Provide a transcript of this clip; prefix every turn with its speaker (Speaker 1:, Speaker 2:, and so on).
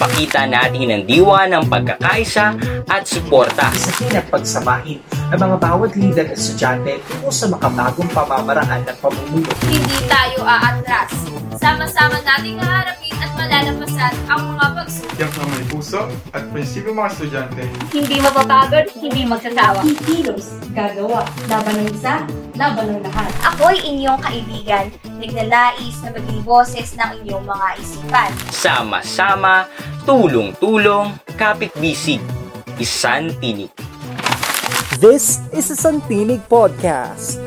Speaker 1: makita natin ang diwa ng pagkakaisa at suporta.
Speaker 2: sa pinagsamahin ng mga bawat lider at estudyante tungo sa makabagong pamamaraan ng pamumuno.
Speaker 3: Hindi tayo aatras. Sama-sama nating haharapin at malalampasan ang mga pagsubok.
Speaker 4: Tiyak na may puso at prinsipyo mga estudyante.
Speaker 5: Hindi mapapagod, hindi magsasawa.
Speaker 6: Kikilos, gagawa, laban ng isa, laban ng lahat.
Speaker 3: Ako'y inyong kaibigan, nagnanais na maging boses ng inyong mga isipan.
Speaker 1: Sama-sama, tulong-tulong, kapit-bisig, isang tinik.
Speaker 7: This is a Santinig Podcast.